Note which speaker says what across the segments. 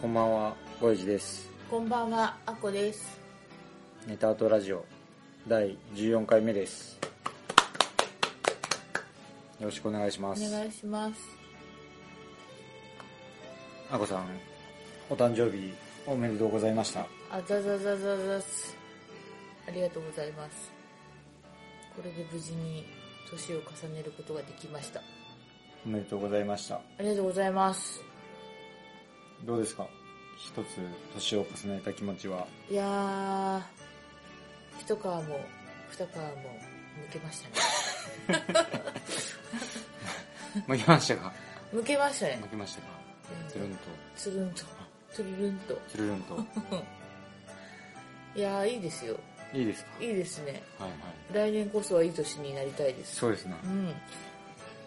Speaker 1: こんばんは、ごえじです。
Speaker 2: こんばんはあこです
Speaker 1: ネタアートラジオ第14回目です。よろしくお願いしま
Speaker 2: お
Speaker 1: す。
Speaker 2: 願いします
Speaker 1: あこさん、お誕生日おめでとうございました。
Speaker 2: あざざざざざすありがとうございますこれで無事に年を重ねることができましたあ
Speaker 1: おめでとうございました。
Speaker 2: りがとうございます
Speaker 1: どうですか一つ年を重ねた気持 ちは。
Speaker 2: いやー、一皮も二皮も向けましたね。
Speaker 1: 負けましたか
Speaker 2: 向けましたね。
Speaker 1: けましたか
Speaker 2: つるん
Speaker 1: と、
Speaker 2: つるんと、つるるんと。
Speaker 1: つるる んと。
Speaker 2: いやー、いいですよ。
Speaker 1: いいですか
Speaker 2: いいですね。
Speaker 1: はいはい。
Speaker 2: 来年こそはいい年になりたいです。
Speaker 1: そうですね
Speaker 2: う。ん。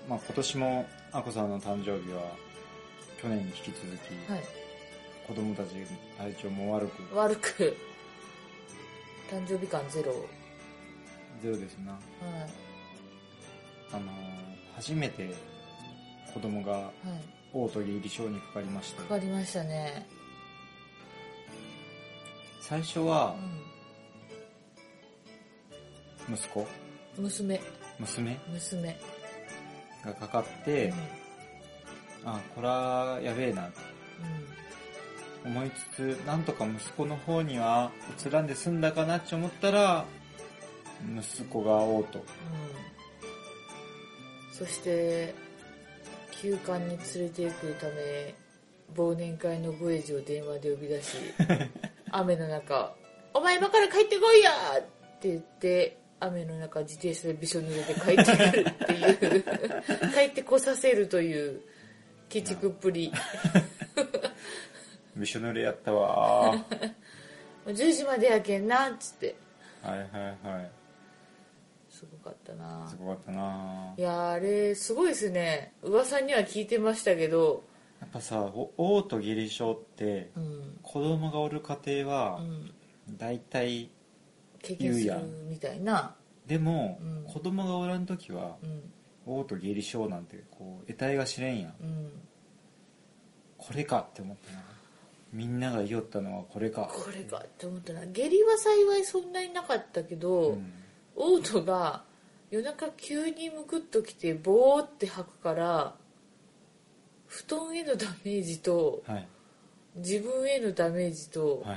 Speaker 1: まあ今年もあこさんの誕生日は、去年に引き続き、
Speaker 2: はい。
Speaker 1: 子供たちの体調も悪く、
Speaker 2: 悪く、誕生日感ゼロ。
Speaker 1: ゼロですな。
Speaker 2: は
Speaker 1: あのー初めて子供が
Speaker 2: い。はい。
Speaker 1: 嘔吐下痢症にかかりました
Speaker 2: かかりましたね。
Speaker 1: 最初は
Speaker 2: う
Speaker 1: 息子
Speaker 2: ん。娘、
Speaker 1: 娘
Speaker 2: 娘。
Speaker 1: がかかっ
Speaker 2: うん。う
Speaker 1: て
Speaker 2: ん、
Speaker 1: あこらやべえなと思いつつなんとか息子の方には移らんで済んだかなって思ったら息子が嘔吐
Speaker 2: うんそして休館に連れて行くため忘年会のボエージを電話で呼び出し雨の中「お前今から帰ってこいや!」って言って雨の中自転車でびしょ濡れて帰ってくるっていう帰ってこさせるという鬼畜っぷり
Speaker 1: びしょ濡れやった わは
Speaker 2: 「10時までやけんな」っつって
Speaker 1: いはいはい
Speaker 2: すごかったな
Speaker 1: すごかったない
Speaker 2: やーあれすごいですね噂には聞いてましたけど
Speaker 1: やっぱさお嘔吐下痢症って
Speaker 2: うん
Speaker 1: 子供がおる家庭
Speaker 2: う
Speaker 1: は
Speaker 2: ん
Speaker 1: 大体
Speaker 2: 経験す
Speaker 1: 言うや
Speaker 2: る
Speaker 1: ん
Speaker 2: みたいな、
Speaker 1: でも、
Speaker 2: うん
Speaker 1: 子供がおらん時は
Speaker 2: うん
Speaker 1: 嘔吐下痢症なんてこう得体が知れんやん
Speaker 2: うん、
Speaker 1: これかって思ったなみんなが言おったのはこれか
Speaker 2: これかって思ったな下痢は幸いそんなになかったけ
Speaker 1: う
Speaker 2: ど、
Speaker 1: ん
Speaker 2: オートが夜中急にむくっときてボーって吐くから布団へのダメージと
Speaker 1: はい
Speaker 2: 自分へのダメージと、
Speaker 1: は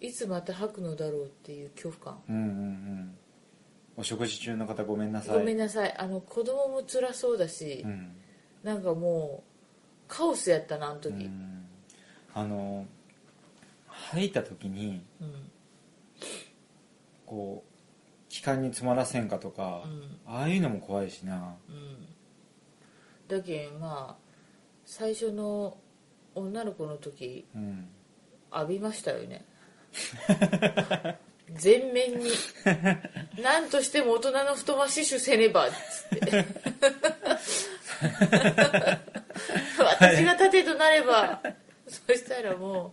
Speaker 1: い
Speaker 2: い、つまた吐くのだろうっていう恐怖感、
Speaker 1: うんうんうんお食事中の方ごめんなさい
Speaker 2: ごめんなさいあの子供も辛そうだし、
Speaker 1: うん、
Speaker 2: なんかもうカオスやったなあの
Speaker 1: う
Speaker 2: 時、うん
Speaker 1: ん、あの吐いた時に
Speaker 2: うん
Speaker 1: こう気管に詰まらせんかとか、ああいうのも怖いしな
Speaker 2: うんだけんまあ最初の女の子の時
Speaker 1: うん
Speaker 2: 浴びましたよ ね全面に何としても大人の太まし種せねばっつって 私が盾となればそしたらも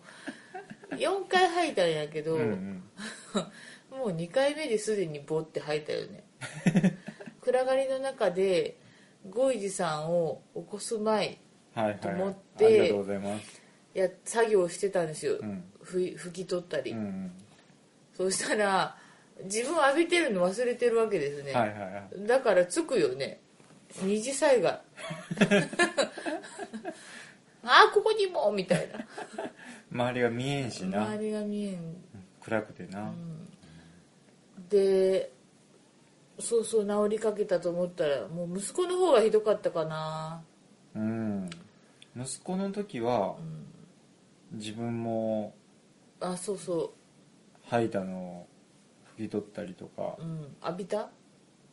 Speaker 2: う4回吐いたんやけど、
Speaker 1: うんうん
Speaker 2: もう2回目ですでにボって吐いたよ ね暗がりの中でゴイジさんを起こす前
Speaker 1: はいはい
Speaker 2: と思っ
Speaker 1: あ
Speaker 2: て
Speaker 1: りがとうございます
Speaker 2: や作業をしてたんですよ、
Speaker 1: うん
Speaker 2: ふい拭き取ったり、
Speaker 1: うんうん
Speaker 2: そうしたら自分浴びてるの忘れてるわけですね、
Speaker 1: はいはいはい
Speaker 2: だからつくよね二次災 害ああここにもみたいな
Speaker 1: 周りが見えんしな
Speaker 2: 周りが見えん
Speaker 1: 暗くてな、
Speaker 2: でそうそう治りかけたと思ったらもう息子の方がひどかったかな
Speaker 1: うん、息子の時は、自分も
Speaker 2: あそうそ
Speaker 1: 吐いたのを拭き取ったりとか
Speaker 2: う、うん浴びた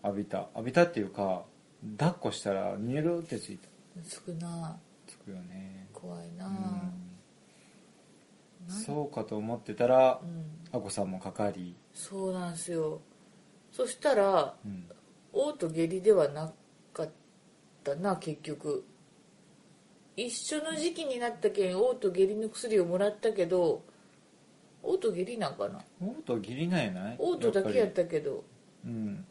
Speaker 1: 浴びた浴びたっていうか抱っこしたらニュルってついた
Speaker 2: 少な
Speaker 1: つくくよね。
Speaker 2: 怖いな
Speaker 1: う
Speaker 2: ぁ、
Speaker 1: ん
Speaker 2: なん
Speaker 1: そうかと思ってたら
Speaker 2: う、ん
Speaker 1: あこさんもかかり、
Speaker 2: そうなんですよそしたら
Speaker 1: うん、
Speaker 2: 嘔と下痢ではなかったな結局一緒の時期になったけん嘔と下痢の薬をもらったけど嘔と下痢なんかな
Speaker 1: 嘔吐ギリないない
Speaker 2: 嘔吐だけやっ
Speaker 1: ぱ
Speaker 2: たけど
Speaker 1: りうん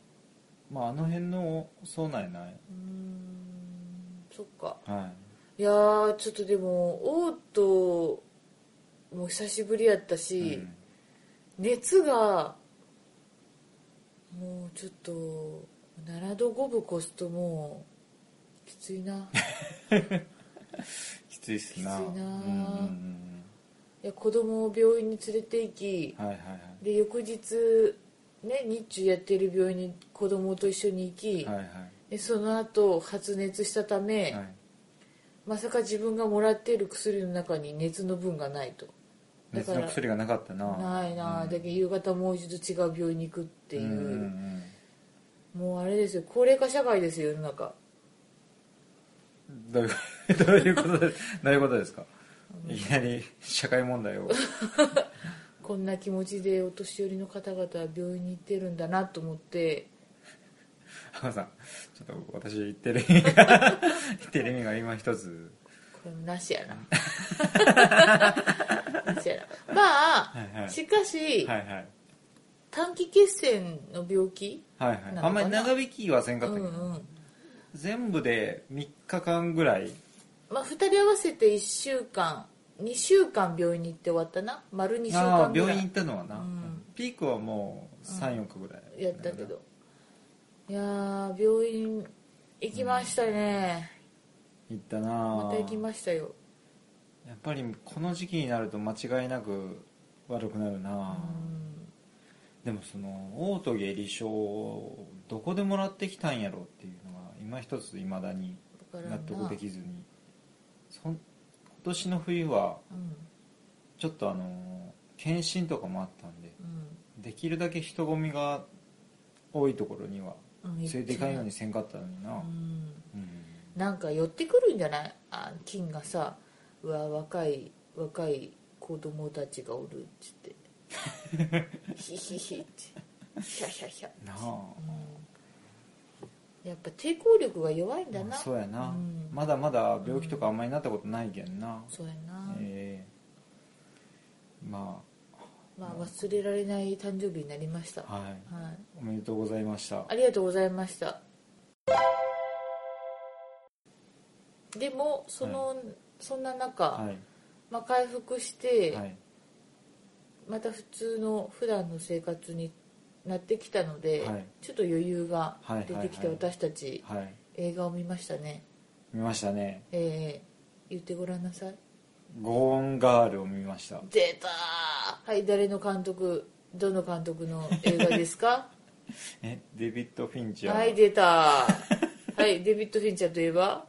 Speaker 1: まああの辺のそうなんやないう
Speaker 2: ーんそっか
Speaker 1: はい
Speaker 2: やーちょっとでも嘔吐も久しぶりやった
Speaker 1: い、
Speaker 2: し、
Speaker 1: うん
Speaker 2: 熱がもうちょっと7度5分越すともうきつい な
Speaker 1: きついっ
Speaker 2: きつ
Speaker 1: すな
Speaker 2: いな
Speaker 1: うんうん
Speaker 2: いや子供を病院に連れて行き
Speaker 1: うんはいはいは
Speaker 2: で翌日ね日中やってる病院に子供と一緒に行き、
Speaker 1: いはいは
Speaker 2: でその後発熱したため、
Speaker 1: いはい
Speaker 2: まさか自分がもらっている薬の中に熱の分がないとだ
Speaker 1: 熱
Speaker 2: から
Speaker 1: の薬がなかったな
Speaker 2: ないな、
Speaker 1: うん
Speaker 2: だけど夕方もう一度違う病院に行くっていう、
Speaker 1: んん
Speaker 2: もうあれですよ高齢化社会ですよ世の中
Speaker 1: うんどういう どういうことでどういうことですかいきなり社会問題を
Speaker 2: こんな気持ちでお年寄りの方々は病院に行ってるんだなと思って
Speaker 1: あこさんちょっと私言ってる意味 が言ってる意味が今一つ
Speaker 2: これもなし やななしやなまあ、
Speaker 1: はいはい
Speaker 2: しかし、
Speaker 1: はいはい
Speaker 2: 短期血栓の病気
Speaker 1: はいはいあんまり長引きはせんか
Speaker 2: う
Speaker 1: っ
Speaker 2: ん
Speaker 1: た
Speaker 2: う
Speaker 1: けど、
Speaker 2: ん
Speaker 1: 全部で3日間ぐらい
Speaker 2: まあ2人合わせて1週間2週間病院に行って終わったな丸2週
Speaker 1: ああ
Speaker 2: 間ぐら
Speaker 1: 病院
Speaker 2: い
Speaker 1: 行ったのはな、
Speaker 2: うん
Speaker 1: ピークはもう34日ぐらい
Speaker 2: やったけどいやー病院行きましたね、
Speaker 1: 行ったな
Speaker 2: また行き
Speaker 1: や
Speaker 2: ましたよ、
Speaker 1: っぱりこの時期になると間違いなく悪くなる
Speaker 2: う
Speaker 1: な、
Speaker 2: ん、
Speaker 1: でもその嘔吐下痢症をどこでもらってきたんやろっていうのが今一ついまだに
Speaker 2: だからんな
Speaker 1: 納得できずにそん今年の冬は
Speaker 2: うん
Speaker 1: ちょっとあの検診とかもあったんで
Speaker 2: うん
Speaker 1: できるだけ人混みが多いところには
Speaker 2: うん
Speaker 1: 連れていかんようにせんかったのにな、
Speaker 2: うん
Speaker 1: うん
Speaker 2: なんか寄ってくるんじゃないあ金がさうわ若い若い子供たちがおるっつって ヒヒヒってヒャヒャヒャ
Speaker 1: なあ
Speaker 2: うんやっぱ抵抗力が弱いんだ
Speaker 1: ま
Speaker 2: な
Speaker 1: あそうやな、
Speaker 2: うん
Speaker 1: まだまだ病気とかあんまりなったことないけんな、
Speaker 2: そうやな、
Speaker 1: ええま
Speaker 2: まあ忘れられない誕生日になりました、
Speaker 1: あはい
Speaker 2: はい、
Speaker 1: おめでとうございました
Speaker 2: ありがとうございましたでもその、そんな中、
Speaker 1: は
Speaker 2: まあ、回復し
Speaker 1: い
Speaker 2: て、
Speaker 1: はい
Speaker 2: また普通の普段の生活になってきたので、
Speaker 1: はい
Speaker 2: ちょっと余裕が
Speaker 1: はいはい
Speaker 2: 出
Speaker 1: はい
Speaker 2: てきて私たち、
Speaker 1: はい
Speaker 2: 映画を見ましたね
Speaker 1: 見ましたね
Speaker 2: えー、言ってごらんなさい
Speaker 1: ゴーンガールを見ました
Speaker 2: 出たーはい誰の監督どの監督の映画です か
Speaker 1: えデビッド・フィンチャ
Speaker 2: はい
Speaker 1: ー
Speaker 2: 出たーはいデビッド・フィンチャーといえば、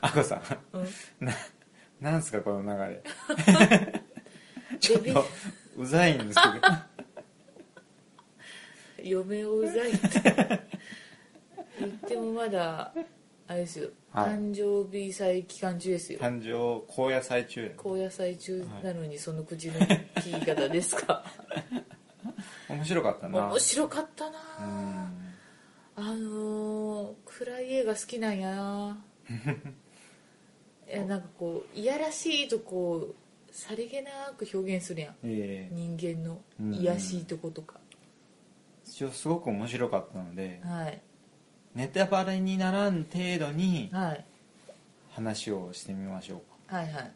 Speaker 1: あこさん
Speaker 2: うん、
Speaker 1: ななんすかこの流 れち
Speaker 2: デ
Speaker 1: ょっ
Speaker 2: ビ
Speaker 1: とうざいんですけど
Speaker 2: 嫁をうざいって 言ってもまだあれですよ、
Speaker 1: はい
Speaker 2: 誕生日祭期間中ですよ
Speaker 1: 誕生高野菜中
Speaker 2: 高野菜中なのにその口の切り方ですか、
Speaker 1: 面白かった な
Speaker 2: 面白かったな
Speaker 1: う
Speaker 2: あ
Speaker 1: ん
Speaker 2: あのー、暗い映画好きなんや ないやなんかこういやらしいとこうさりげなく表現するやん
Speaker 1: ええ
Speaker 2: 人間の
Speaker 1: うん
Speaker 2: いやしいとことか、
Speaker 1: 一応すごく面白かったので、
Speaker 2: はい
Speaker 1: ネタバレにならん程度に
Speaker 2: はい
Speaker 1: 話をしてみましょうか
Speaker 2: はいはい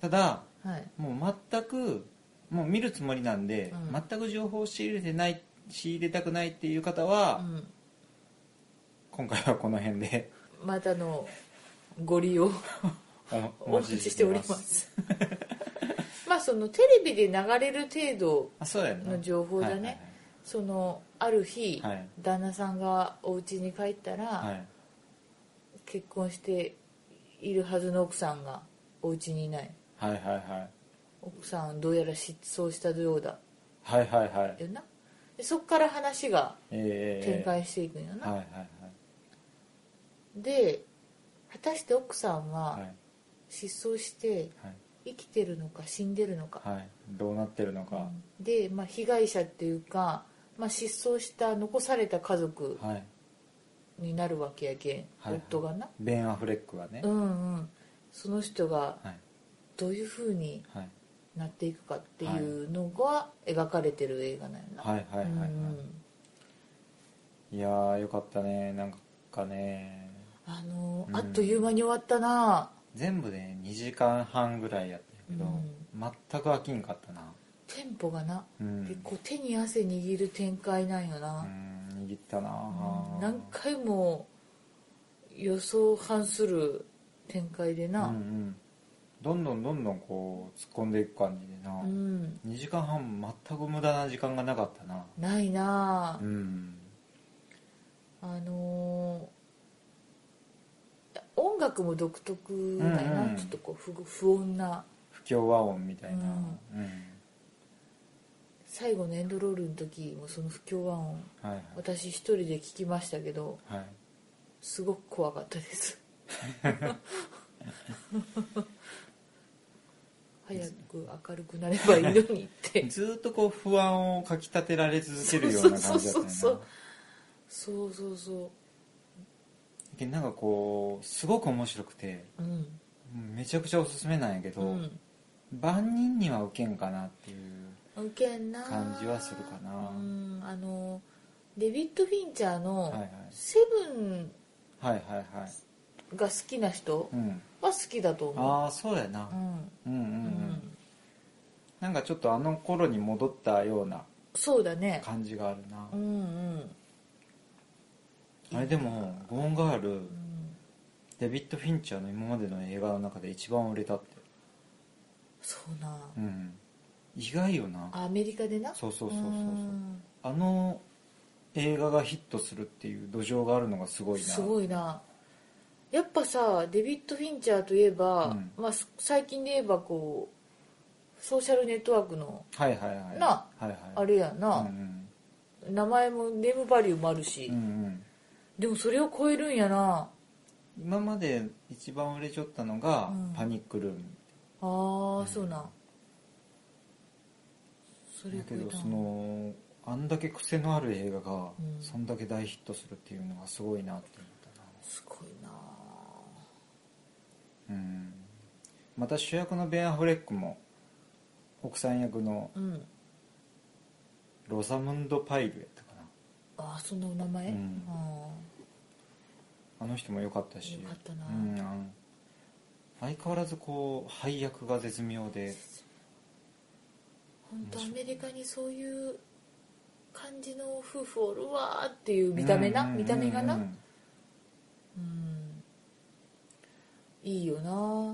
Speaker 1: ただ
Speaker 2: はい
Speaker 1: もう全くもう見るつもりなんで、
Speaker 2: うん
Speaker 1: 全く情報を仕入れてない仕入れたくないっていう方
Speaker 2: う
Speaker 1: は、
Speaker 2: ん
Speaker 1: 今回はこの 辺で
Speaker 2: またのご利用
Speaker 1: お
Speaker 2: お待ちしております。 まあそのテレビで流れる程度
Speaker 1: あそうやな
Speaker 2: の情報だねそのある日、
Speaker 1: はい
Speaker 2: 旦那さんがお家に帰ったら、
Speaker 1: はいはいはい
Speaker 2: 結婚しているはずの奥さんがお家にいない
Speaker 1: はいはいはい
Speaker 2: 奥さんどうやら失踪したようだ
Speaker 1: はいはいはい
Speaker 2: よなでそっから話が
Speaker 1: ええ
Speaker 2: 展開していくんやな、
Speaker 1: はいはいはい
Speaker 2: で果たして奥さん
Speaker 1: は
Speaker 2: はい失踪して
Speaker 1: はい
Speaker 2: 生きてるのか死んでるのか、
Speaker 1: はいどうなってるのか、
Speaker 2: で、まあ、被害者っていうか、まあ、失踪した残された家族
Speaker 1: はい
Speaker 2: になるわけやけん、
Speaker 1: はい
Speaker 2: 夫がな、
Speaker 1: ベン・アフレックはね、
Speaker 2: うんうんその人が
Speaker 1: はい
Speaker 2: どういうふうに
Speaker 1: はい
Speaker 2: なっていくかっていうのが描かれてる映画なんやな、
Speaker 1: はいはいはいはい、
Speaker 2: うんうん
Speaker 1: いやーよかったねなんかね
Speaker 2: あのー
Speaker 1: うん
Speaker 2: あっという間に終わったな
Speaker 1: 全部で2時間半ぐらいやったけど、
Speaker 2: う
Speaker 1: 全く飽きんかったな
Speaker 2: テンポがな、
Speaker 1: うん
Speaker 2: でこう手に汗握る展開なんよな、
Speaker 1: うん握ったな
Speaker 2: うん何回も予想を反する展開で
Speaker 1: うんう
Speaker 2: な、
Speaker 1: んどんどんどんどんこう突っ込んでいく感じでな、
Speaker 2: うん
Speaker 1: 2時間半全く無駄な時間がなかったな
Speaker 2: ないな
Speaker 1: う、ん
Speaker 2: あのー音楽も独特だよな、
Speaker 1: うんうん
Speaker 2: ちょっとこう不不穏な
Speaker 1: 不協和音みたいな、
Speaker 2: う
Speaker 1: うん
Speaker 2: 最後のエンドロールの時もその不協和音
Speaker 1: はい
Speaker 2: 私一人で聞きましたけど
Speaker 1: はい、はい、
Speaker 2: すごく怖かったです早く明るくなればいいのにって
Speaker 1: ずーっとこう不安をかきたてられ続けるような感じだっ
Speaker 2: そ
Speaker 1: た
Speaker 2: うそ
Speaker 1: よ
Speaker 2: う
Speaker 1: な
Speaker 2: そうそうそうそうそ
Speaker 1: けどなんかこうすごく面白くて
Speaker 2: ううん
Speaker 1: うんめちゃくちゃおすすめなんやけど、
Speaker 2: うん
Speaker 1: 万人には受けんかなっていう
Speaker 2: ウケんな
Speaker 1: 感じはするかな
Speaker 2: うんあのデビッド・フィンチャー
Speaker 1: はいはい
Speaker 2: の「セブン
Speaker 1: はいはいはい」
Speaker 2: が好きな人
Speaker 1: うん
Speaker 2: は好きだと思う
Speaker 1: ああそうやな
Speaker 2: う、ん
Speaker 1: うん、うん
Speaker 2: う
Speaker 1: うんうん
Speaker 2: ん
Speaker 1: なんかちょっとあの頃に戻ったような
Speaker 2: そうだね
Speaker 1: 感じがあるな
Speaker 2: う、んうん
Speaker 1: あれでもゴーンガール
Speaker 2: うん
Speaker 1: デビッド・フィンチャーの今までの映画の中で一番売れたって
Speaker 2: そうな
Speaker 1: うん意外よな
Speaker 2: アメリカでな
Speaker 1: そうそうそうそうそう
Speaker 2: うん
Speaker 1: あの映画がヒットするっていう土壌があるのがすごいな
Speaker 2: すごいなやっぱさデビッド・フィンチャーといえば、
Speaker 1: うん
Speaker 2: まあ、す最近で言えばこうソーシャルネットワークの
Speaker 1: はいはいはい
Speaker 2: なあ
Speaker 1: はいはい
Speaker 2: あれや
Speaker 1: う
Speaker 2: な、
Speaker 1: ん
Speaker 2: 名前もネームバリューもあるし、
Speaker 1: うん、うんうん
Speaker 2: でもそれを超えるんやな
Speaker 1: 今まで一番売れちゃったのが
Speaker 2: うん
Speaker 1: 「パニックルーム
Speaker 2: あー、
Speaker 1: うん
Speaker 2: そうなんそ」れ
Speaker 1: だけ
Speaker 2: 超え
Speaker 1: ど
Speaker 2: た
Speaker 1: そのあんだけ癖のある映画が
Speaker 2: うん
Speaker 1: そんだけ大ヒットするっていうのがすごいなって思ったな
Speaker 2: すごいな
Speaker 1: うんまた主役のベン・アフレックも奥さん役の
Speaker 2: うん
Speaker 1: ロサムンド・パイルやったかな
Speaker 2: ああその名前、
Speaker 1: うん
Speaker 2: あ
Speaker 1: あの人も良かったし
Speaker 2: 良かったな
Speaker 1: うん、あの相変わらずこう配役が絶妙で
Speaker 2: 本当アメリカにそういう感じの夫婦おるわーっていう見た目な、
Speaker 1: うんうんうんうん
Speaker 2: 見た目がな、うんいいよな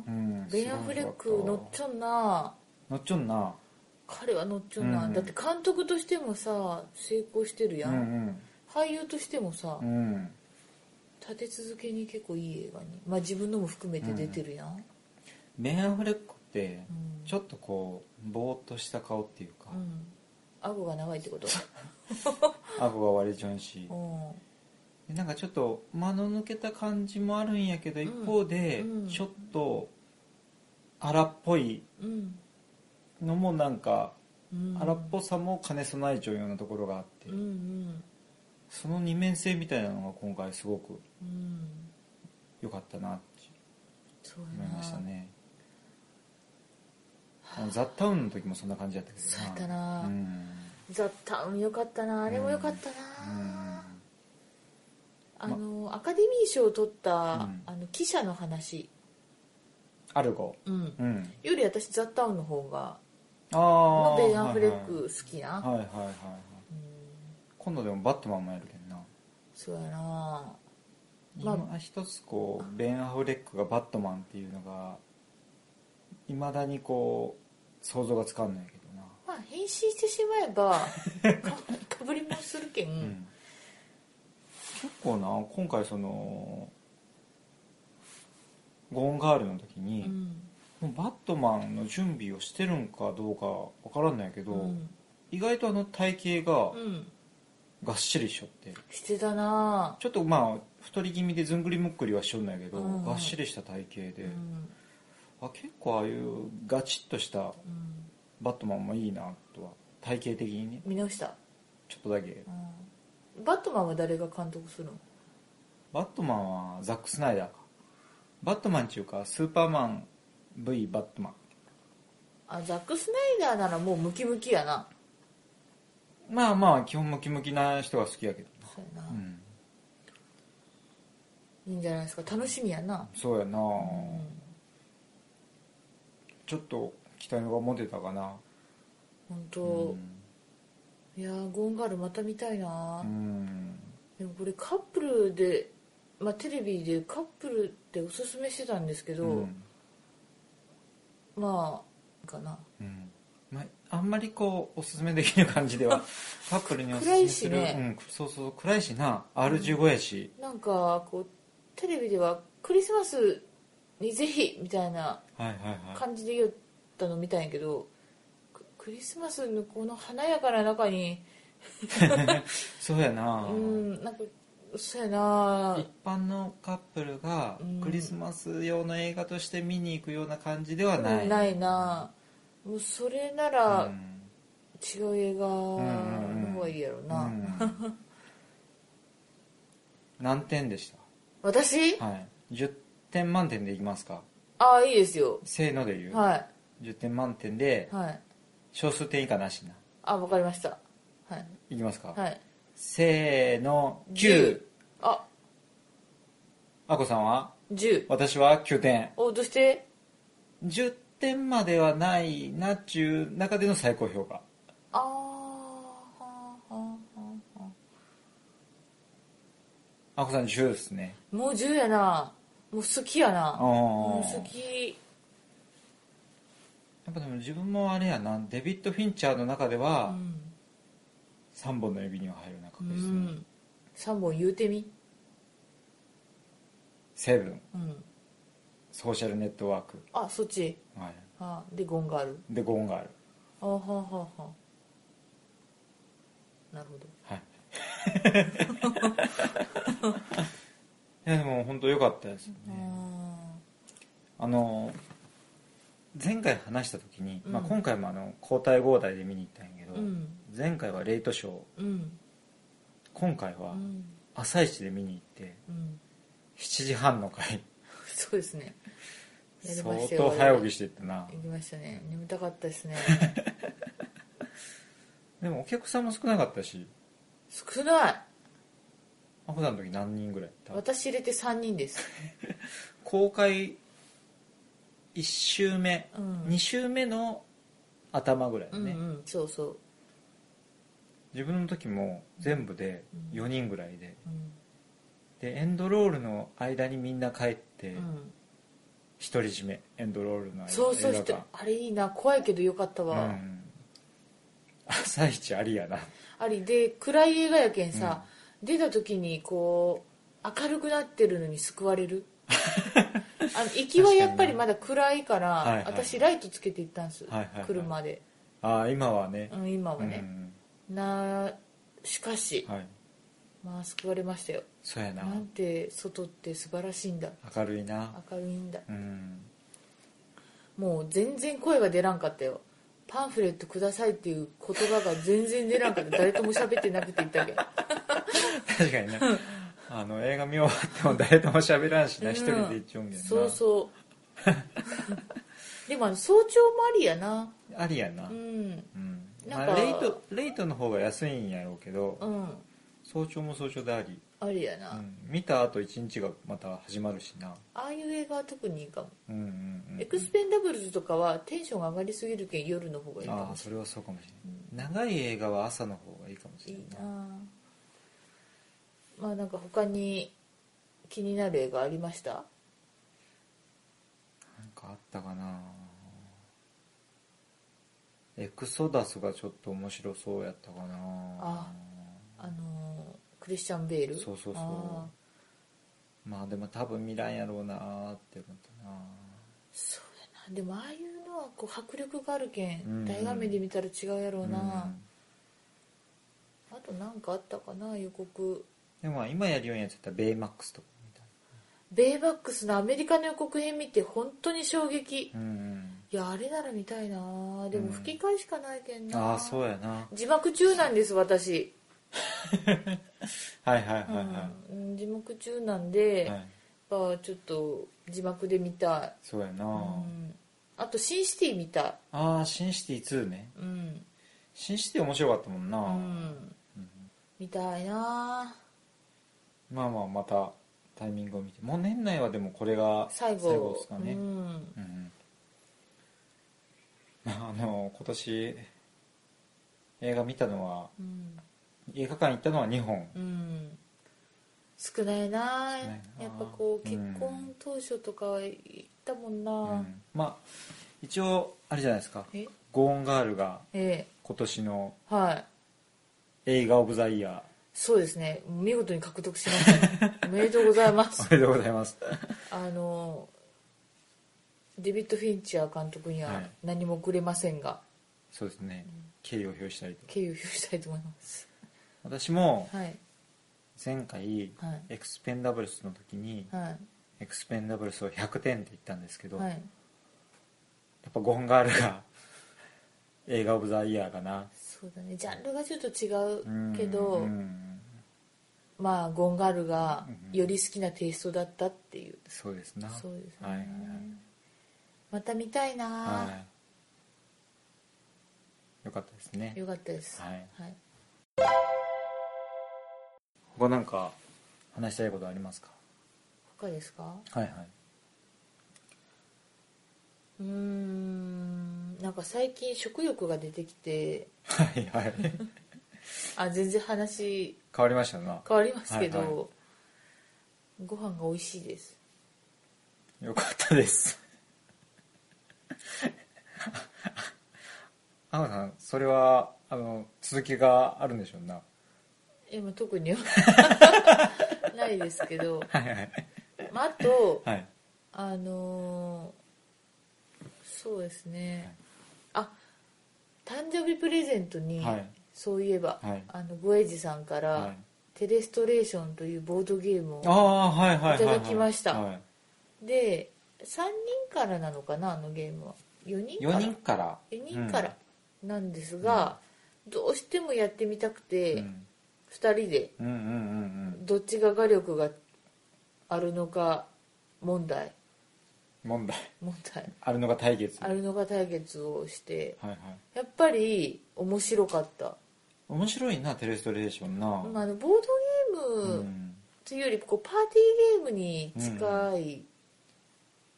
Speaker 1: うん
Speaker 2: ベン・アフレック乗っち
Speaker 1: ょ
Speaker 2: ょんな
Speaker 1: 乗っちょんな
Speaker 2: 彼は乗っちょんな、
Speaker 1: うん
Speaker 2: だって監督としてもさ成功してる
Speaker 1: う
Speaker 2: やん、
Speaker 1: ん
Speaker 2: 俳優としてもさ
Speaker 1: うんうん
Speaker 2: 立て続けに結構いい映画にまあ自分のも含めて出てるやん、うん
Speaker 1: ベン・アフレックってちょっとこうぼーっとした顔っていうか、
Speaker 2: うん顎が長いってこと
Speaker 1: 顎が割れちゃうし
Speaker 2: うん
Speaker 1: でなんかちょっと間の抜けた感じもあるんやけど一方で
Speaker 2: うん
Speaker 1: ちょっと荒っぽい
Speaker 2: うん
Speaker 1: のもなんか
Speaker 2: うん
Speaker 1: 荒っぽさも兼ね備えちゃうようなところがあって
Speaker 2: うんうん
Speaker 1: その二面性みたいなのが今回すごく
Speaker 2: うん
Speaker 1: 良かったなって
Speaker 2: そう
Speaker 1: 思
Speaker 2: や
Speaker 1: い
Speaker 2: な
Speaker 1: ましたねあのザ・タウンの時もそんな感じだったけど
Speaker 2: そうやったな
Speaker 1: うん
Speaker 2: ザ・タウンよかったなあれもよかったな、あの、アカデミー賞を取った、
Speaker 1: ん
Speaker 2: あの記者の話、
Speaker 1: アルゴ
Speaker 2: うん、
Speaker 1: うん
Speaker 2: より私ザ・タウンの方が
Speaker 1: あ
Speaker 2: の
Speaker 1: あ
Speaker 2: ベン・アフレック好きな、
Speaker 1: はいはいはいはい
Speaker 2: うん、
Speaker 1: 今度でもバットマンもやるけどな
Speaker 2: そうやなまあ
Speaker 1: 今一つこうベン・アフレックがバットマンっていうのがいまだにこう想像がつかんないけどな
Speaker 2: まあ変身してしまえ ばかかぶりもするけん、
Speaker 1: うん結構な今回そのゴーンガールの時
Speaker 2: う
Speaker 1: に、
Speaker 2: ん
Speaker 1: もうバットマンの準備をしてるんかどうかわからんないけど、
Speaker 2: うん
Speaker 1: 意外とあの体型が
Speaker 2: うん
Speaker 1: がっしりしょって
Speaker 2: してたな
Speaker 1: ちょっとまあ太り気味でずんぐりむっくりはしょんだけど、
Speaker 2: うん
Speaker 1: がっしりした体型で、
Speaker 2: ぁうん
Speaker 1: あ結構ああいうガチッとした
Speaker 2: うん
Speaker 1: バットマンもいいなとは体型的にね
Speaker 2: 見直した、
Speaker 1: ちょっとだけ
Speaker 2: うん、バットマンは誰が監督するの
Speaker 1: バットマンはザック・スナイダーかバットマンっていうかスーパーマン V バットマン
Speaker 2: あザック・スナイダーならもうムキムキやな
Speaker 1: まあまあ基本ムキムキな人が好きやけどな
Speaker 2: そうやな、
Speaker 1: うん
Speaker 2: いいんじゃないですか楽しみやな、
Speaker 1: そうやな、
Speaker 2: うん
Speaker 1: ちょっと期待が持てたかな
Speaker 2: 本
Speaker 1: う
Speaker 2: 当、
Speaker 1: ん、
Speaker 2: いやーゴーンガールまた見たいな、
Speaker 1: うん、
Speaker 2: でもこれカップルで、まあ、テレビでカップルっておすすめしてたんですけど、
Speaker 1: うん
Speaker 2: まあかな
Speaker 1: うんまあ、あんまりこうおすすめできる感じではカップルにおすすめする
Speaker 2: 暗いし
Speaker 1: う
Speaker 2: ね
Speaker 1: ん、そうそう暗いしな R15 やし、
Speaker 2: なんかこうテレビではクリスマスにぜひみたいな
Speaker 1: はいはいはい
Speaker 2: 感じで言ったの見たんやけどククリスマスのこの華やかな中に
Speaker 1: そうやな、
Speaker 2: うんなんかそうやな
Speaker 1: 一般のカップルが
Speaker 2: うん
Speaker 1: クリスマス用の映画として見に行くような感じではない、
Speaker 2: ないなもうそれな
Speaker 1: う
Speaker 2: ら
Speaker 1: ん
Speaker 2: 違う映画の方がいいやろな、
Speaker 1: うん何点でし
Speaker 2: 私
Speaker 1: たはい10点満点でいきますか
Speaker 2: ああいいですよ
Speaker 1: せーので言う、
Speaker 2: は
Speaker 1: 10点満点で
Speaker 2: いはい
Speaker 1: 小数点以下なしな
Speaker 2: あわかりましたはい
Speaker 1: いきますか、
Speaker 2: はい
Speaker 1: せーの9
Speaker 2: 十あ
Speaker 1: あこさんは
Speaker 2: 10
Speaker 1: 私は9点
Speaker 2: おどうして
Speaker 1: 10点まではないなっちゅう中での最高評価
Speaker 2: あーはーはーはーは
Speaker 1: あこさん10ですね
Speaker 2: ーもう10やなもう好きや
Speaker 1: あ
Speaker 2: なもう
Speaker 1: ー
Speaker 2: 好き
Speaker 1: やっぱでも自分もあれやなデビッド・フィンチャーの中で
Speaker 2: う
Speaker 1: は
Speaker 2: ん、
Speaker 1: 3本の指には入るな
Speaker 2: う
Speaker 1: 確実に
Speaker 2: ん、3本言うてみ
Speaker 1: セブン
Speaker 2: うん
Speaker 1: ソーシャルネットワーク、
Speaker 2: あそっち
Speaker 1: はい、
Speaker 2: あでゴンがある
Speaker 1: でゴーンがある
Speaker 2: あははははなるほど
Speaker 1: はい いやでも本当良かったですよ
Speaker 2: う
Speaker 1: ね
Speaker 2: ん
Speaker 1: あの前回話した時に、
Speaker 2: うん
Speaker 1: まあ、今回もあの交代交代で見に行ったんやけど、
Speaker 2: うん
Speaker 1: 前回はレイトショー
Speaker 2: うん
Speaker 1: 今回
Speaker 2: う
Speaker 1: は
Speaker 2: ん
Speaker 1: 朝一で見に行って
Speaker 2: うん
Speaker 1: 7時半の回
Speaker 2: そうですねやり
Speaker 1: 相
Speaker 2: ましたよ
Speaker 1: 当早起き
Speaker 2: し
Speaker 1: していったな
Speaker 2: 行きましたね眠たかったですね
Speaker 1: でもお客さんも少なかったし
Speaker 2: 少ない
Speaker 1: あ普段の時何人ぐらいいた
Speaker 2: 私入れて3人です、
Speaker 1: 公開1週目、
Speaker 2: うん、
Speaker 1: 2週目の頭ぐらい
Speaker 2: う
Speaker 1: ね、
Speaker 2: んうんそうそう、
Speaker 1: 自分の時も全部で
Speaker 2: うん
Speaker 1: 4人ぐらいで
Speaker 2: うん
Speaker 1: でエンドロールの間にみんな帰って
Speaker 2: うん
Speaker 1: 独り占めエンドロールの間
Speaker 2: そうそう
Speaker 1: 映
Speaker 2: ひ
Speaker 1: 画
Speaker 2: と
Speaker 1: 館
Speaker 2: あれいいな怖いけどよかったわ、
Speaker 1: うん朝一ありやな
Speaker 2: ありで暗い映画やけんさ、出た時にこう明るくなってるのに救われ るあの行きはやっぱりまだ暗いから
Speaker 1: はいはい
Speaker 2: 私ライトつけて行ったんです、
Speaker 1: はいはいはい
Speaker 2: 車で、
Speaker 1: ああ今はね
Speaker 2: うん、今はね、なしかし、
Speaker 1: うんはい
Speaker 2: まあ救われましたよ
Speaker 1: そうやな
Speaker 2: なんて外って素晴らしいんだ
Speaker 1: 明るいな
Speaker 2: 明るいんだ
Speaker 1: うん
Speaker 2: もう全然声が出らんかったよパンフレットくださいっていう言葉が全然出らんか った誰とも喋ってなくて言ったけど
Speaker 1: 確かにねあの映画見終わっても誰とも喋らんしな
Speaker 2: うん
Speaker 1: 一人で行っちゃうんけどな
Speaker 2: そうそうでもあの早朝もありやな
Speaker 1: ありやな
Speaker 2: う
Speaker 1: うん
Speaker 2: ん
Speaker 1: まあ
Speaker 2: なんか
Speaker 1: レイトレイトの方が安いんやろうけど
Speaker 2: うん
Speaker 1: 早朝も早朝であり
Speaker 2: ありやな、
Speaker 1: うん見た後一日がまた始まるしな
Speaker 2: ああいう映画は特にいいかも、
Speaker 1: うんうんうん
Speaker 2: エクスペンダブルズとかはテンションが上がりすぎるけん夜の方がいいか
Speaker 1: あ
Speaker 2: も
Speaker 1: あ
Speaker 2: し
Speaker 1: それはそうかもしれない長い映画は朝の方がいいかもし
Speaker 2: れ
Speaker 1: れ
Speaker 2: ない
Speaker 1: ない
Speaker 2: いいなまあなんか他に気になる映画ありました
Speaker 1: なんかあったかなエクソダスがちょっと面白そうやったかな
Speaker 2: ああのークリスチャン・ベール
Speaker 1: そうそうそう
Speaker 2: ああ
Speaker 1: まあでも多分見らんやろうなーって思ったな
Speaker 2: そうやなでもああいうのはこう迫力があるけん、
Speaker 1: うん
Speaker 2: 大画面で見たら違うやろうな、
Speaker 1: うん
Speaker 2: あととなんかあったかな予告
Speaker 1: でもまあ今やるようなやつだったらベイマックスとかみたい
Speaker 2: ベイバックスのアメリカの予告編見て本当に衝撃、
Speaker 1: な。うん
Speaker 2: いやあれなら見たいなで
Speaker 1: う
Speaker 2: も
Speaker 1: ん
Speaker 2: 吹き替えしかないけん
Speaker 1: うん。
Speaker 2: な、
Speaker 1: ああ、そうやな。
Speaker 2: 字幕中なんです私、
Speaker 1: はいはいはいは
Speaker 2: うん、字幕中なん
Speaker 1: い。
Speaker 2: で、
Speaker 1: は
Speaker 2: やっ
Speaker 1: い、
Speaker 2: ぱちょっと字幕で見たい
Speaker 1: そうやな。
Speaker 2: うんあとシンシティ見たい
Speaker 1: ああ、シンシティ2ね。
Speaker 2: うん、
Speaker 1: シンシティ面白かったもんな。
Speaker 2: うん、
Speaker 1: うん
Speaker 2: 見たいな
Speaker 1: まあまあ、またタイミングを見て。もう年内はでもこれが
Speaker 2: 最後
Speaker 1: 最後ですかね。
Speaker 2: うん、
Speaker 1: うん まああの今年映画見たのは
Speaker 2: うん
Speaker 1: 映画館行ったのは2本
Speaker 2: うん、少ないな
Speaker 1: 少ないな
Speaker 2: やっぱこう
Speaker 1: う
Speaker 2: 結
Speaker 1: ん
Speaker 2: 婚当初とかは行ったもんな、
Speaker 1: うんまあ一応あれじゃないですか
Speaker 2: え
Speaker 1: ゴーンガールが
Speaker 2: え
Speaker 1: 今年の
Speaker 2: えはい
Speaker 1: 映画オブザイヤ
Speaker 2: そうですね見事に獲得しました ねおめでとうございま
Speaker 1: ー
Speaker 2: す
Speaker 1: おめでとうござい ます
Speaker 2: あのデビッド・フィンチャー監督に
Speaker 1: は
Speaker 2: はい何もくれませんが、
Speaker 1: そうですね敬意を表したいと
Speaker 2: 敬意を表したいと思います
Speaker 1: 私も
Speaker 2: はい
Speaker 1: 前回
Speaker 2: はい
Speaker 1: エクスペンダブルスの時に
Speaker 2: はい
Speaker 1: エクスペンダブルスを100点って言ったんですけど、
Speaker 2: は
Speaker 1: や
Speaker 2: い
Speaker 1: っぱゴーンガールが映画オブザイヤーかな
Speaker 2: そうだねジャンルがちょっと違うけど、
Speaker 1: うんうん
Speaker 2: まあゴンガールが
Speaker 1: うん
Speaker 2: より好きなテイストだったっていう、
Speaker 1: そうですな
Speaker 2: そうですね、
Speaker 1: はいはい
Speaker 2: また見たいな、
Speaker 1: はい、はい、よかったですね
Speaker 2: よかったです
Speaker 1: はい
Speaker 2: はい、
Speaker 1: 他なんか話したいことありますか
Speaker 2: 他ですか
Speaker 1: はいはいう
Speaker 2: ーんなんか最近食欲が出てきて
Speaker 1: はいはい
Speaker 2: あ全然話
Speaker 1: 変わりましたな
Speaker 2: 変わりますけど、
Speaker 1: はいは
Speaker 2: ご飯が美味しいです
Speaker 1: よかったですあ青さんそれはあの続きがあるんでしょうな
Speaker 2: 今特には ないですけど、
Speaker 1: はいはい
Speaker 2: まあ、あと
Speaker 1: はい
Speaker 2: あのーそうですね、あ誕生日プレゼントに、
Speaker 1: はい
Speaker 2: そういえば、
Speaker 1: はい
Speaker 2: あのゴエジさんから、
Speaker 1: はい
Speaker 2: テレストレーションというボードゲーム
Speaker 1: あ
Speaker 2: を
Speaker 1: あはいはいはいはい
Speaker 2: いただきました
Speaker 1: はい、
Speaker 2: で3人からなのかなあのゲームは4人から
Speaker 1: 4人から
Speaker 2: 4人からなんですが、どうしてもやってみたくて、
Speaker 1: うんう
Speaker 2: 2人
Speaker 1: ん
Speaker 2: で
Speaker 1: うんうん
Speaker 2: どっちが画力があるのか問題
Speaker 1: うん問題
Speaker 2: 問題
Speaker 1: あるのが対決
Speaker 2: あるのか対決をして
Speaker 1: はいはい
Speaker 2: やっぱり面白かった、
Speaker 1: 面白いなテレストレーションな、
Speaker 2: まあ、あのボードゲ
Speaker 1: う
Speaker 2: ーム、
Speaker 1: ん
Speaker 2: というよりこうパーティーゲームに近い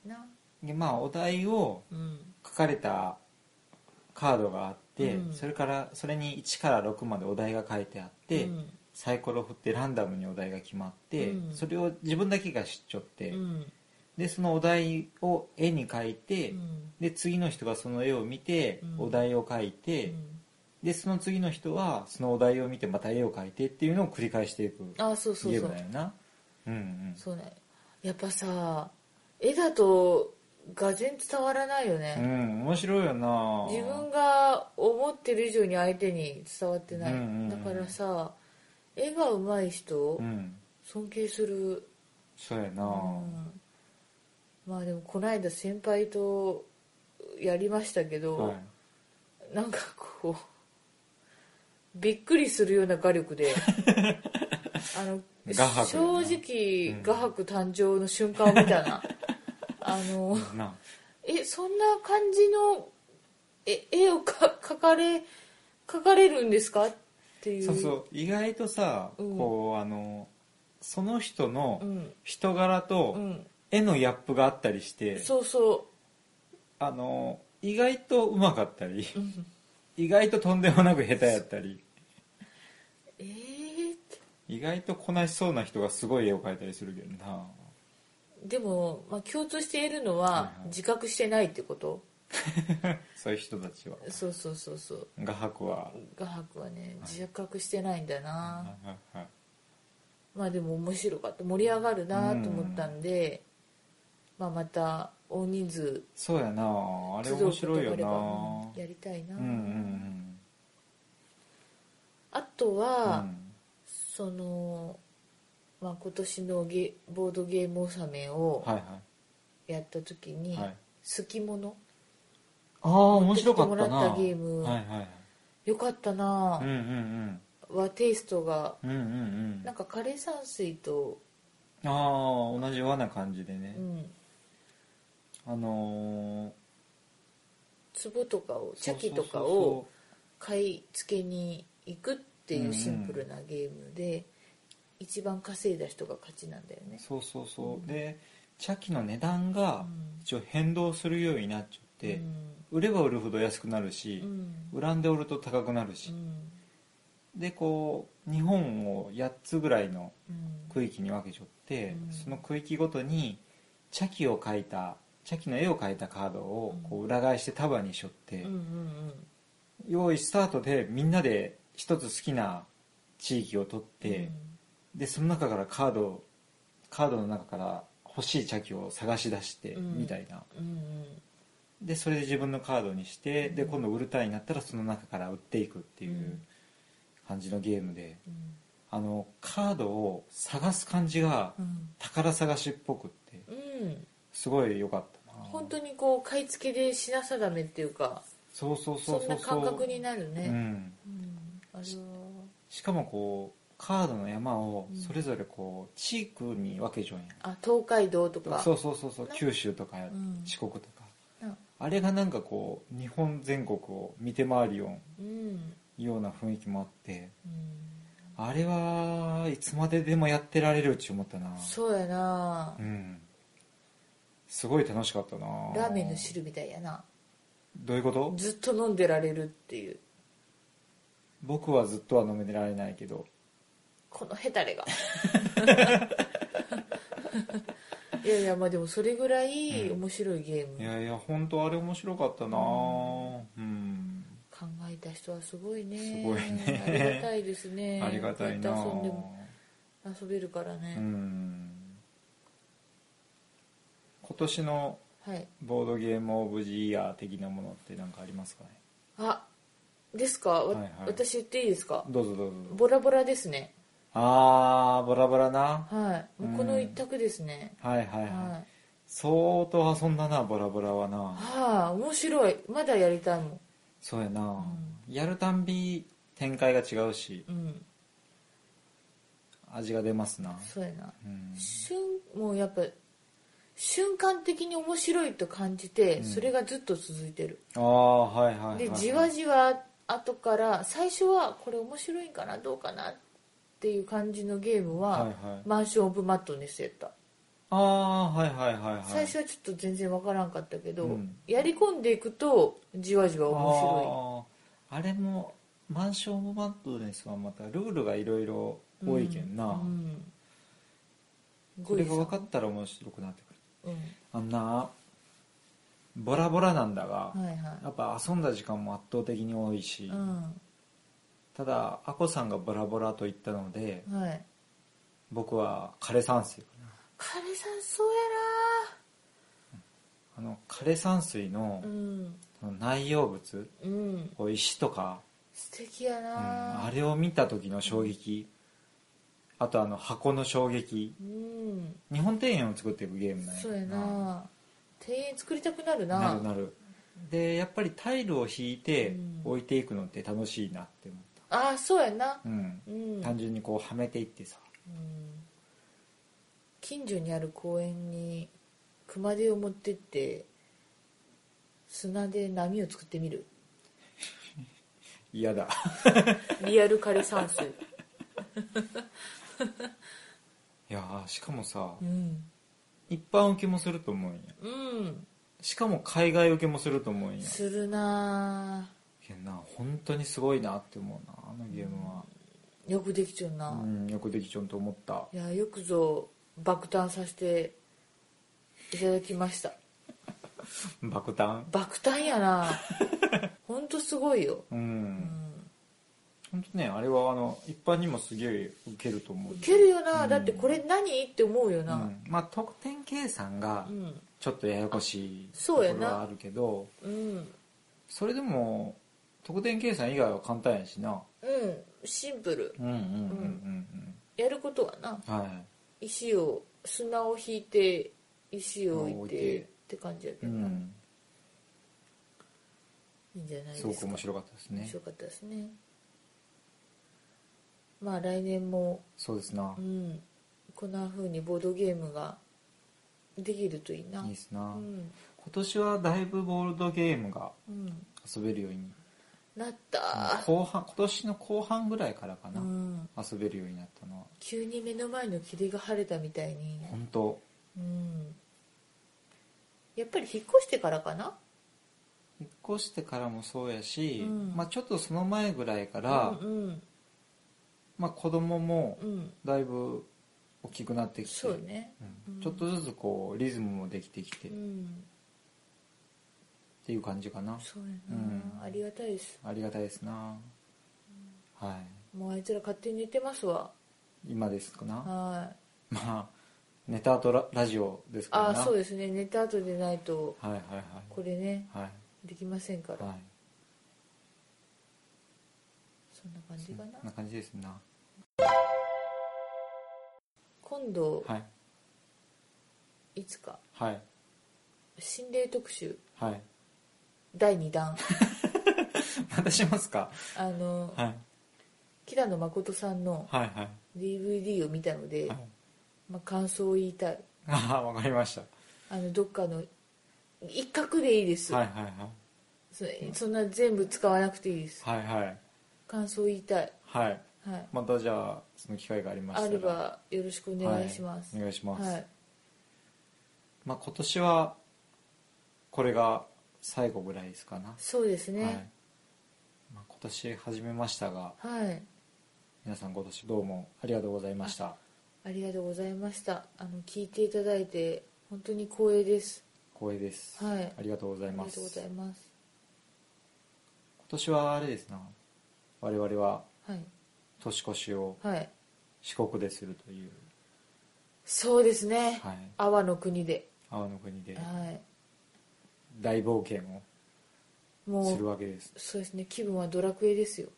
Speaker 2: な、
Speaker 1: でまあお題を
Speaker 2: うん
Speaker 1: 書かれたカードがあって、
Speaker 2: うん
Speaker 1: それからそれに1から6までお題が書いてあって、
Speaker 2: うん
Speaker 1: サイコロを振ってランダムにお題が決まって、
Speaker 2: うん
Speaker 1: それを自分だけが知っちゃって、
Speaker 2: うん
Speaker 1: でそのお題を絵に書いて、
Speaker 2: うん
Speaker 1: で次の人がその絵を見て、
Speaker 2: うん
Speaker 1: お題を書いうて、
Speaker 2: ん
Speaker 1: でその次の人はそのお題を見てまた絵を書いてっていうのを繰り返していく
Speaker 2: あそうそう
Speaker 1: ゲー
Speaker 2: そ
Speaker 1: ム
Speaker 2: う
Speaker 1: だよなうんうん
Speaker 2: そうねやっぱさ絵だとがぜん伝わらないよ
Speaker 1: う
Speaker 2: ね、
Speaker 1: ん面白いよな
Speaker 2: 自分が思ってる以上に相手に伝わってない、
Speaker 1: うんうんうん
Speaker 2: だからさ絵が上手い人、
Speaker 1: うん
Speaker 2: 尊敬する
Speaker 1: そうやな、
Speaker 2: うんまあでもこの間先輩とやりましたけど、
Speaker 1: はい、
Speaker 2: なんかこうびっくりするような画力 であの
Speaker 1: 画伯や
Speaker 2: 正
Speaker 1: な
Speaker 2: 直
Speaker 1: うん
Speaker 2: 画伯誕生の瞬間を見た なあの
Speaker 1: な
Speaker 2: えそんな感じのえ絵をか描かれ描かれるんですかっていう
Speaker 1: そうそう意外とさ、
Speaker 2: うん
Speaker 1: こうあのその人の
Speaker 2: うん
Speaker 1: 人柄
Speaker 2: う
Speaker 1: と
Speaker 2: ん、
Speaker 1: 絵のギャップがあったりして、
Speaker 2: そうそ
Speaker 1: あの意外とうまかったり
Speaker 2: う、うん、
Speaker 1: 意外ととんでもなく下手やったり
Speaker 2: えーって
Speaker 1: 意外とこなしそうな人がすごい絵を描いたりするけどな
Speaker 2: でも、まあ、共通しているのは
Speaker 1: はいはい
Speaker 2: 自覚してないってこと、
Speaker 1: そういう人たちは
Speaker 2: そうそうそうそう
Speaker 1: 画伯は、
Speaker 2: 画伯はね自覚してないんだな、
Speaker 1: はいはいはい
Speaker 2: まあでも面白かった盛り上がるなと思ったんで、まあ、また大人数
Speaker 1: そうやなあれ
Speaker 2: 集う
Speaker 1: 面
Speaker 2: こと
Speaker 1: 白い
Speaker 2: が
Speaker 1: よ
Speaker 2: あれば
Speaker 1: な
Speaker 2: うんやりたいな、
Speaker 1: うんうん
Speaker 2: あとは、
Speaker 1: うん
Speaker 2: その、まあ、今年のゲボードゲーム納めを
Speaker 1: はいは
Speaker 2: やった時
Speaker 1: い。
Speaker 2: に
Speaker 1: はい、
Speaker 2: 好き者
Speaker 1: ああ、面白かっ
Speaker 2: 持
Speaker 1: た
Speaker 2: ってきても
Speaker 1: な。
Speaker 2: らったゲーム
Speaker 1: はいはい。
Speaker 2: よかったな
Speaker 1: うんうん
Speaker 2: ぁはテイストが
Speaker 1: うん。うんうんう
Speaker 2: なん
Speaker 1: ん。
Speaker 2: か枯山水と、
Speaker 1: ああ、同じような感じでね
Speaker 2: う。ん、
Speaker 1: あの
Speaker 2: 壺とかを
Speaker 1: ー、
Speaker 2: 茶器とか
Speaker 1: そうそうそう
Speaker 2: を買い付けに行くっていうシンプルなゲームで、一番稼いだ人が勝ちなんだよね。
Speaker 1: そうそうそう、で茶器の値段
Speaker 2: う
Speaker 1: が
Speaker 2: ん
Speaker 1: 一応変動するようになっちゃって、売れば売るほど安くなるし
Speaker 2: う、ん
Speaker 1: 売らんで売ると高くなる
Speaker 2: う
Speaker 1: し、
Speaker 2: ん
Speaker 1: でこう日本を8つぐらいの
Speaker 2: うん
Speaker 1: 区域に分けちゃって、
Speaker 2: うん
Speaker 1: その区域ごとに茶器を描いた茶器の絵を描いたカードをこ
Speaker 2: う
Speaker 1: う裏返して束にしょって、
Speaker 2: うんうん
Speaker 1: 用意スタートでみんなで一つ好きな地域を取
Speaker 2: う
Speaker 1: っ
Speaker 2: ん
Speaker 1: て、でその中からカードをカードの中から欲しい茶器を探し出して
Speaker 2: うん
Speaker 1: みたいな、
Speaker 2: うんうん
Speaker 1: でそれで自分のカードにして、で
Speaker 2: うん
Speaker 1: 今度売るターンになったらその中から売っていくっていううん感じのゲームで
Speaker 2: うん
Speaker 1: あのカードを探す感じが
Speaker 2: うん
Speaker 1: 宝探しっぽくって
Speaker 2: うん
Speaker 1: すごい良かったな
Speaker 2: 本当にこう買い付けで品定めっていうか
Speaker 1: そうそうそ
Speaker 2: そう
Speaker 1: そうん
Speaker 2: な感覚になる
Speaker 1: う
Speaker 2: ね、
Speaker 1: ん、
Speaker 2: うんあれは
Speaker 1: しかもこうカードの山を
Speaker 2: うん
Speaker 1: それぞれこう地域に分けちゃうんや、
Speaker 2: あ東海道とか
Speaker 1: そうそうそうそう
Speaker 2: な
Speaker 1: 九州とか
Speaker 2: ん
Speaker 1: 四国とか、
Speaker 2: うん
Speaker 1: あれがなんかこう日本全国を見て回るよ
Speaker 2: うん
Speaker 1: うような雰囲気もあって
Speaker 2: うん
Speaker 1: あれはいつまででもやってられるって思ったな
Speaker 2: そうやな
Speaker 1: う、んすごい楽しかったな
Speaker 2: ラーメンの汁みたいやな
Speaker 1: どういうこと
Speaker 2: ずっと飲んでられるっていう
Speaker 1: 僕はずっとは飲めてられないけど
Speaker 2: このヘタレが いやいやまあでもそれぐらい面白いゲーム、
Speaker 1: いやいや本当あれ面白かったなうん、
Speaker 2: 考えた人はすごいね
Speaker 1: すごいね
Speaker 2: ありがたいですね
Speaker 1: ありがたいな
Speaker 2: こうやって遊んでも遊べるからね
Speaker 1: う、ん今年の
Speaker 2: はい
Speaker 1: ボードゲームオブジーヤー的なものって何かありますかね
Speaker 2: あですか、わ
Speaker 1: はいはい
Speaker 2: 私言っていいですか
Speaker 1: どうぞどうぞどうぞ
Speaker 2: ボラボラですね
Speaker 1: あーボラボラな
Speaker 2: はいもうこ
Speaker 1: う
Speaker 2: の
Speaker 1: ん
Speaker 2: 一択ですね、
Speaker 1: はいはいはい、
Speaker 2: はい
Speaker 1: 相当遊んだなボラボラはな
Speaker 2: はあ面白いまだやりたいもん
Speaker 1: そうやな、やるたんび展開が違うし
Speaker 2: うん
Speaker 1: 味が出ますな
Speaker 2: そうやな
Speaker 1: うん
Speaker 2: 瞬もうやっぱ瞬間的に面白いと感じて、
Speaker 1: うん
Speaker 2: それがずっと続いてる
Speaker 1: ああはいはいはい、
Speaker 2: でじわじわ後から最初はこれ面白いんかなどうかなっていう感じのゲームは、
Speaker 1: はいはい
Speaker 2: マンション・オブ・マットネスやった、
Speaker 1: ああはいはいはいはい
Speaker 2: 最初はちょっと全然わからんかったけど、
Speaker 1: うん
Speaker 2: やり込んでいくとじわじわ面
Speaker 1: あーあれもマンションオブマットネスはまたルールがいろいろ
Speaker 2: 白い
Speaker 1: 多いけんな、
Speaker 2: うん
Speaker 1: これが分
Speaker 2: っ
Speaker 1: かったら面白くなってくる
Speaker 2: うん
Speaker 1: あんなボラボラなんだが、
Speaker 2: はいは
Speaker 1: やっぱ遊んだ時間も圧倒的に多いし、
Speaker 2: いうん
Speaker 1: ただアコさんがボラボラと言ったので
Speaker 2: はい
Speaker 1: 僕は枯山水かな
Speaker 2: 枯山そう
Speaker 1: あの枯山水の
Speaker 2: やなうん
Speaker 1: その内容物
Speaker 2: うん
Speaker 1: こう石とか、
Speaker 2: 素敵や
Speaker 1: うん
Speaker 2: な
Speaker 1: あれを見た時の衝撃あとあの箱の衝撃
Speaker 2: うん
Speaker 1: 日本庭園を作っていくゲームなん
Speaker 2: そうや
Speaker 1: けどな
Speaker 2: な庭園作りたくなるな
Speaker 1: なるなるでやっぱりタイルを引いて
Speaker 2: うん
Speaker 1: 置いていくのって楽しいなって思っ
Speaker 2: ああそうやな
Speaker 1: た、うん、
Speaker 2: うん、
Speaker 1: 単純にこうはめていってさ
Speaker 2: うん近所にある公園に熊手を持ってって砂で波を作ってみる
Speaker 1: 嫌だ
Speaker 2: リアル枯山 水
Speaker 1: いやーしかもさ
Speaker 2: うん
Speaker 1: 一般受けもすると思うんや
Speaker 2: うん
Speaker 1: しかも海外受けもすると思うんや
Speaker 2: するな
Speaker 1: けんな本当にすごいなって思うなあのゲームは
Speaker 2: ぁよくできちゃうな、
Speaker 1: うんよくできちゃうと思った
Speaker 2: いやよくぞ爆誕させていただきました
Speaker 1: 爆弾
Speaker 2: 爆誕やな ほんとすごいよ、
Speaker 1: う
Speaker 2: うんん、
Speaker 1: 本当ねあれはあの一般にもすげえ受けると思う
Speaker 2: ウケるよな、
Speaker 1: うん
Speaker 2: だってこれ何って思うよ
Speaker 1: う
Speaker 2: な、
Speaker 1: んまあ得点計算が
Speaker 2: うん
Speaker 1: ちょっとややこしい
Speaker 2: あ
Speaker 1: と
Speaker 2: そ
Speaker 1: こ
Speaker 2: うや
Speaker 1: ろ
Speaker 2: な
Speaker 1: はあるけど
Speaker 2: うん
Speaker 1: それでも得点計算以外は簡単やしな
Speaker 2: うん、シンプル。
Speaker 1: うんうんうん
Speaker 2: やることはな、
Speaker 1: うんうん。はい。
Speaker 2: 石を、砂を引いて、石を置い
Speaker 1: 砂を置い
Speaker 2: て
Speaker 1: て
Speaker 2: って感じやけ
Speaker 1: う
Speaker 2: どな、
Speaker 1: ん。
Speaker 2: いいんじゃないです
Speaker 1: す
Speaker 2: か。
Speaker 1: ごく面白かったです
Speaker 2: 面
Speaker 1: ね
Speaker 2: 白。かったですね。まあ来年も、
Speaker 1: そうですな
Speaker 2: う。ん、こんな風にボードゲームができるといいな。
Speaker 1: いいですな
Speaker 2: う。ん、
Speaker 1: 今年はだいぶボードゲームが
Speaker 2: うん、
Speaker 1: 遊べるように。
Speaker 2: なった。
Speaker 1: 後半、今年の後半ぐらいからか
Speaker 2: う
Speaker 1: な。
Speaker 2: ん、
Speaker 1: 遊べるようになったのは。
Speaker 2: 急に目の前の霧が晴れたみたいに、
Speaker 1: 本当
Speaker 2: うん、やっぱり引っ越してからかな。
Speaker 1: 引っ越してからもそうやし、
Speaker 2: うん
Speaker 1: まあちょっとその前ぐらいから、
Speaker 2: うん、
Speaker 1: まあ子供も
Speaker 2: うん、うん、
Speaker 1: だいぶ大きくなってきて、
Speaker 2: そうね。
Speaker 1: うんちょっとずつこうリズムもできてきてっ
Speaker 2: うん、
Speaker 1: ていう感じかな。
Speaker 2: そうや
Speaker 1: うん
Speaker 2: な。ありがたいです。
Speaker 1: ありがたいですな。はい。
Speaker 2: もうあいつら勝手に寝てますわ。
Speaker 1: 今ですかな。
Speaker 2: はい。
Speaker 1: まあ、ネタとララジオですから
Speaker 2: あ
Speaker 1: な。
Speaker 2: あそうですね寝た後でないと
Speaker 1: はいはいはい。
Speaker 2: これね
Speaker 1: はい。
Speaker 2: できませんから、
Speaker 1: はい。
Speaker 2: そんな感じかな
Speaker 1: そんな感じですな。
Speaker 2: 今度、
Speaker 1: はい。
Speaker 2: い、つか
Speaker 1: はい。
Speaker 2: 心霊特集
Speaker 1: はい。
Speaker 2: 第2弾
Speaker 1: またしますか
Speaker 2: あの、
Speaker 1: はい。
Speaker 2: キラ野誠さんの
Speaker 1: はいはい。
Speaker 2: DVD を見たので、
Speaker 1: はい、
Speaker 2: まあ、感想を言いたい
Speaker 1: あ あ、わかりました。
Speaker 2: あのどっかの一角でいいです、
Speaker 1: はいはいはい。
Speaker 2: そそんな全部使わなくていいです
Speaker 1: はいはい。
Speaker 2: 感想を言いたい、
Speaker 1: はい。
Speaker 2: はい、
Speaker 1: またじゃあ、その機会がありました
Speaker 2: あ
Speaker 1: ら。
Speaker 2: ればよろしくお願いします、はい
Speaker 1: はお願いします。まあ今年は、これが最後ぐらいですかな。
Speaker 2: そうです
Speaker 1: はい
Speaker 2: ね
Speaker 1: まあ、今年始めましたが、
Speaker 2: はい
Speaker 1: 皆さん今年どうもありがとうございました。
Speaker 2: ありがとうございました。あの聞いていただいて本当に光栄です。
Speaker 1: 光栄です。
Speaker 2: はい
Speaker 1: ありがとうござ
Speaker 2: あ
Speaker 1: い
Speaker 2: りが
Speaker 1: ま
Speaker 2: と
Speaker 1: す。
Speaker 2: うござい
Speaker 1: 今
Speaker 2: ます。
Speaker 1: 年はあれですな、我々は
Speaker 2: はい
Speaker 1: 年越しを
Speaker 2: はい。
Speaker 1: 四国でするという、
Speaker 2: そうですね。
Speaker 1: はい、
Speaker 2: 阿波の国で、
Speaker 1: 青の国で
Speaker 2: は
Speaker 1: 大冒険を
Speaker 2: い。も
Speaker 1: す
Speaker 2: う
Speaker 1: るわけです。
Speaker 2: そうですね。気分はドラクエですよ。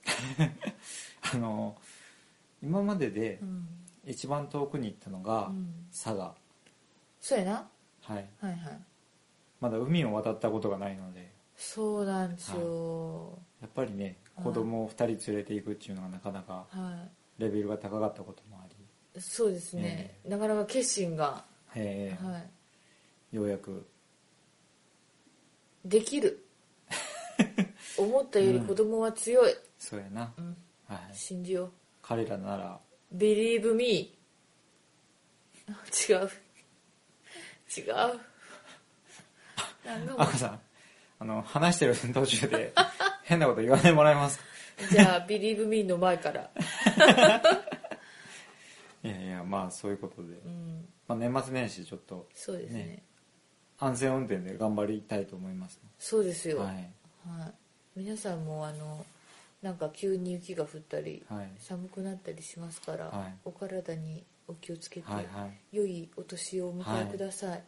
Speaker 1: あの、今までで
Speaker 2: うん。
Speaker 1: 一番遠くに行ったの
Speaker 2: う
Speaker 1: が
Speaker 2: ん、
Speaker 1: 佐賀。
Speaker 2: そうやな。
Speaker 1: はい。
Speaker 2: はいはい。
Speaker 1: まだ海を渡ったことがないので、
Speaker 2: そうなんですよ。
Speaker 1: やっぱりね、子供を2人連れて行くっていうのがなかなか
Speaker 2: は
Speaker 1: レベルが高かったこともあり、
Speaker 2: い。そうですね。なかなか決心が、
Speaker 1: えー
Speaker 2: はい。
Speaker 1: ようやく
Speaker 2: できる。 思ったより子供は強い。
Speaker 1: そうやな、
Speaker 2: うん。
Speaker 1: はい、
Speaker 2: 信じよう。
Speaker 1: 彼らなら
Speaker 2: Believe me 違う違うなんかも
Speaker 1: 赤さんあの話してる途中 で変なこと言わないでもらえますか
Speaker 2: うじゃあ Believe me の前から、
Speaker 1: いやいやまあそういうことで、
Speaker 2: うん、
Speaker 1: まあ、年末年始ちょっと
Speaker 2: そうですね
Speaker 1: ね安全運転で頑張りたいと思います、
Speaker 2: そうですよ、
Speaker 1: は
Speaker 2: はい
Speaker 1: い
Speaker 2: 皆さんもあのなんか急に雪が降ったり、
Speaker 1: はい
Speaker 2: 寒くなったりしますから、
Speaker 1: はい
Speaker 2: お体にお気をつけて、
Speaker 1: はいはい
Speaker 2: 良いお年をお迎えください、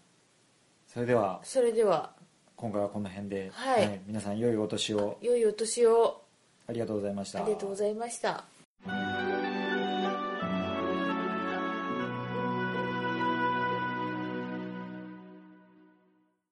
Speaker 1: それでは
Speaker 2: それでは
Speaker 1: 今回はこの辺で、
Speaker 2: はい
Speaker 1: 皆さん良いお年を
Speaker 2: 良いお年を
Speaker 1: ありがとうございました
Speaker 2: ありがとうございました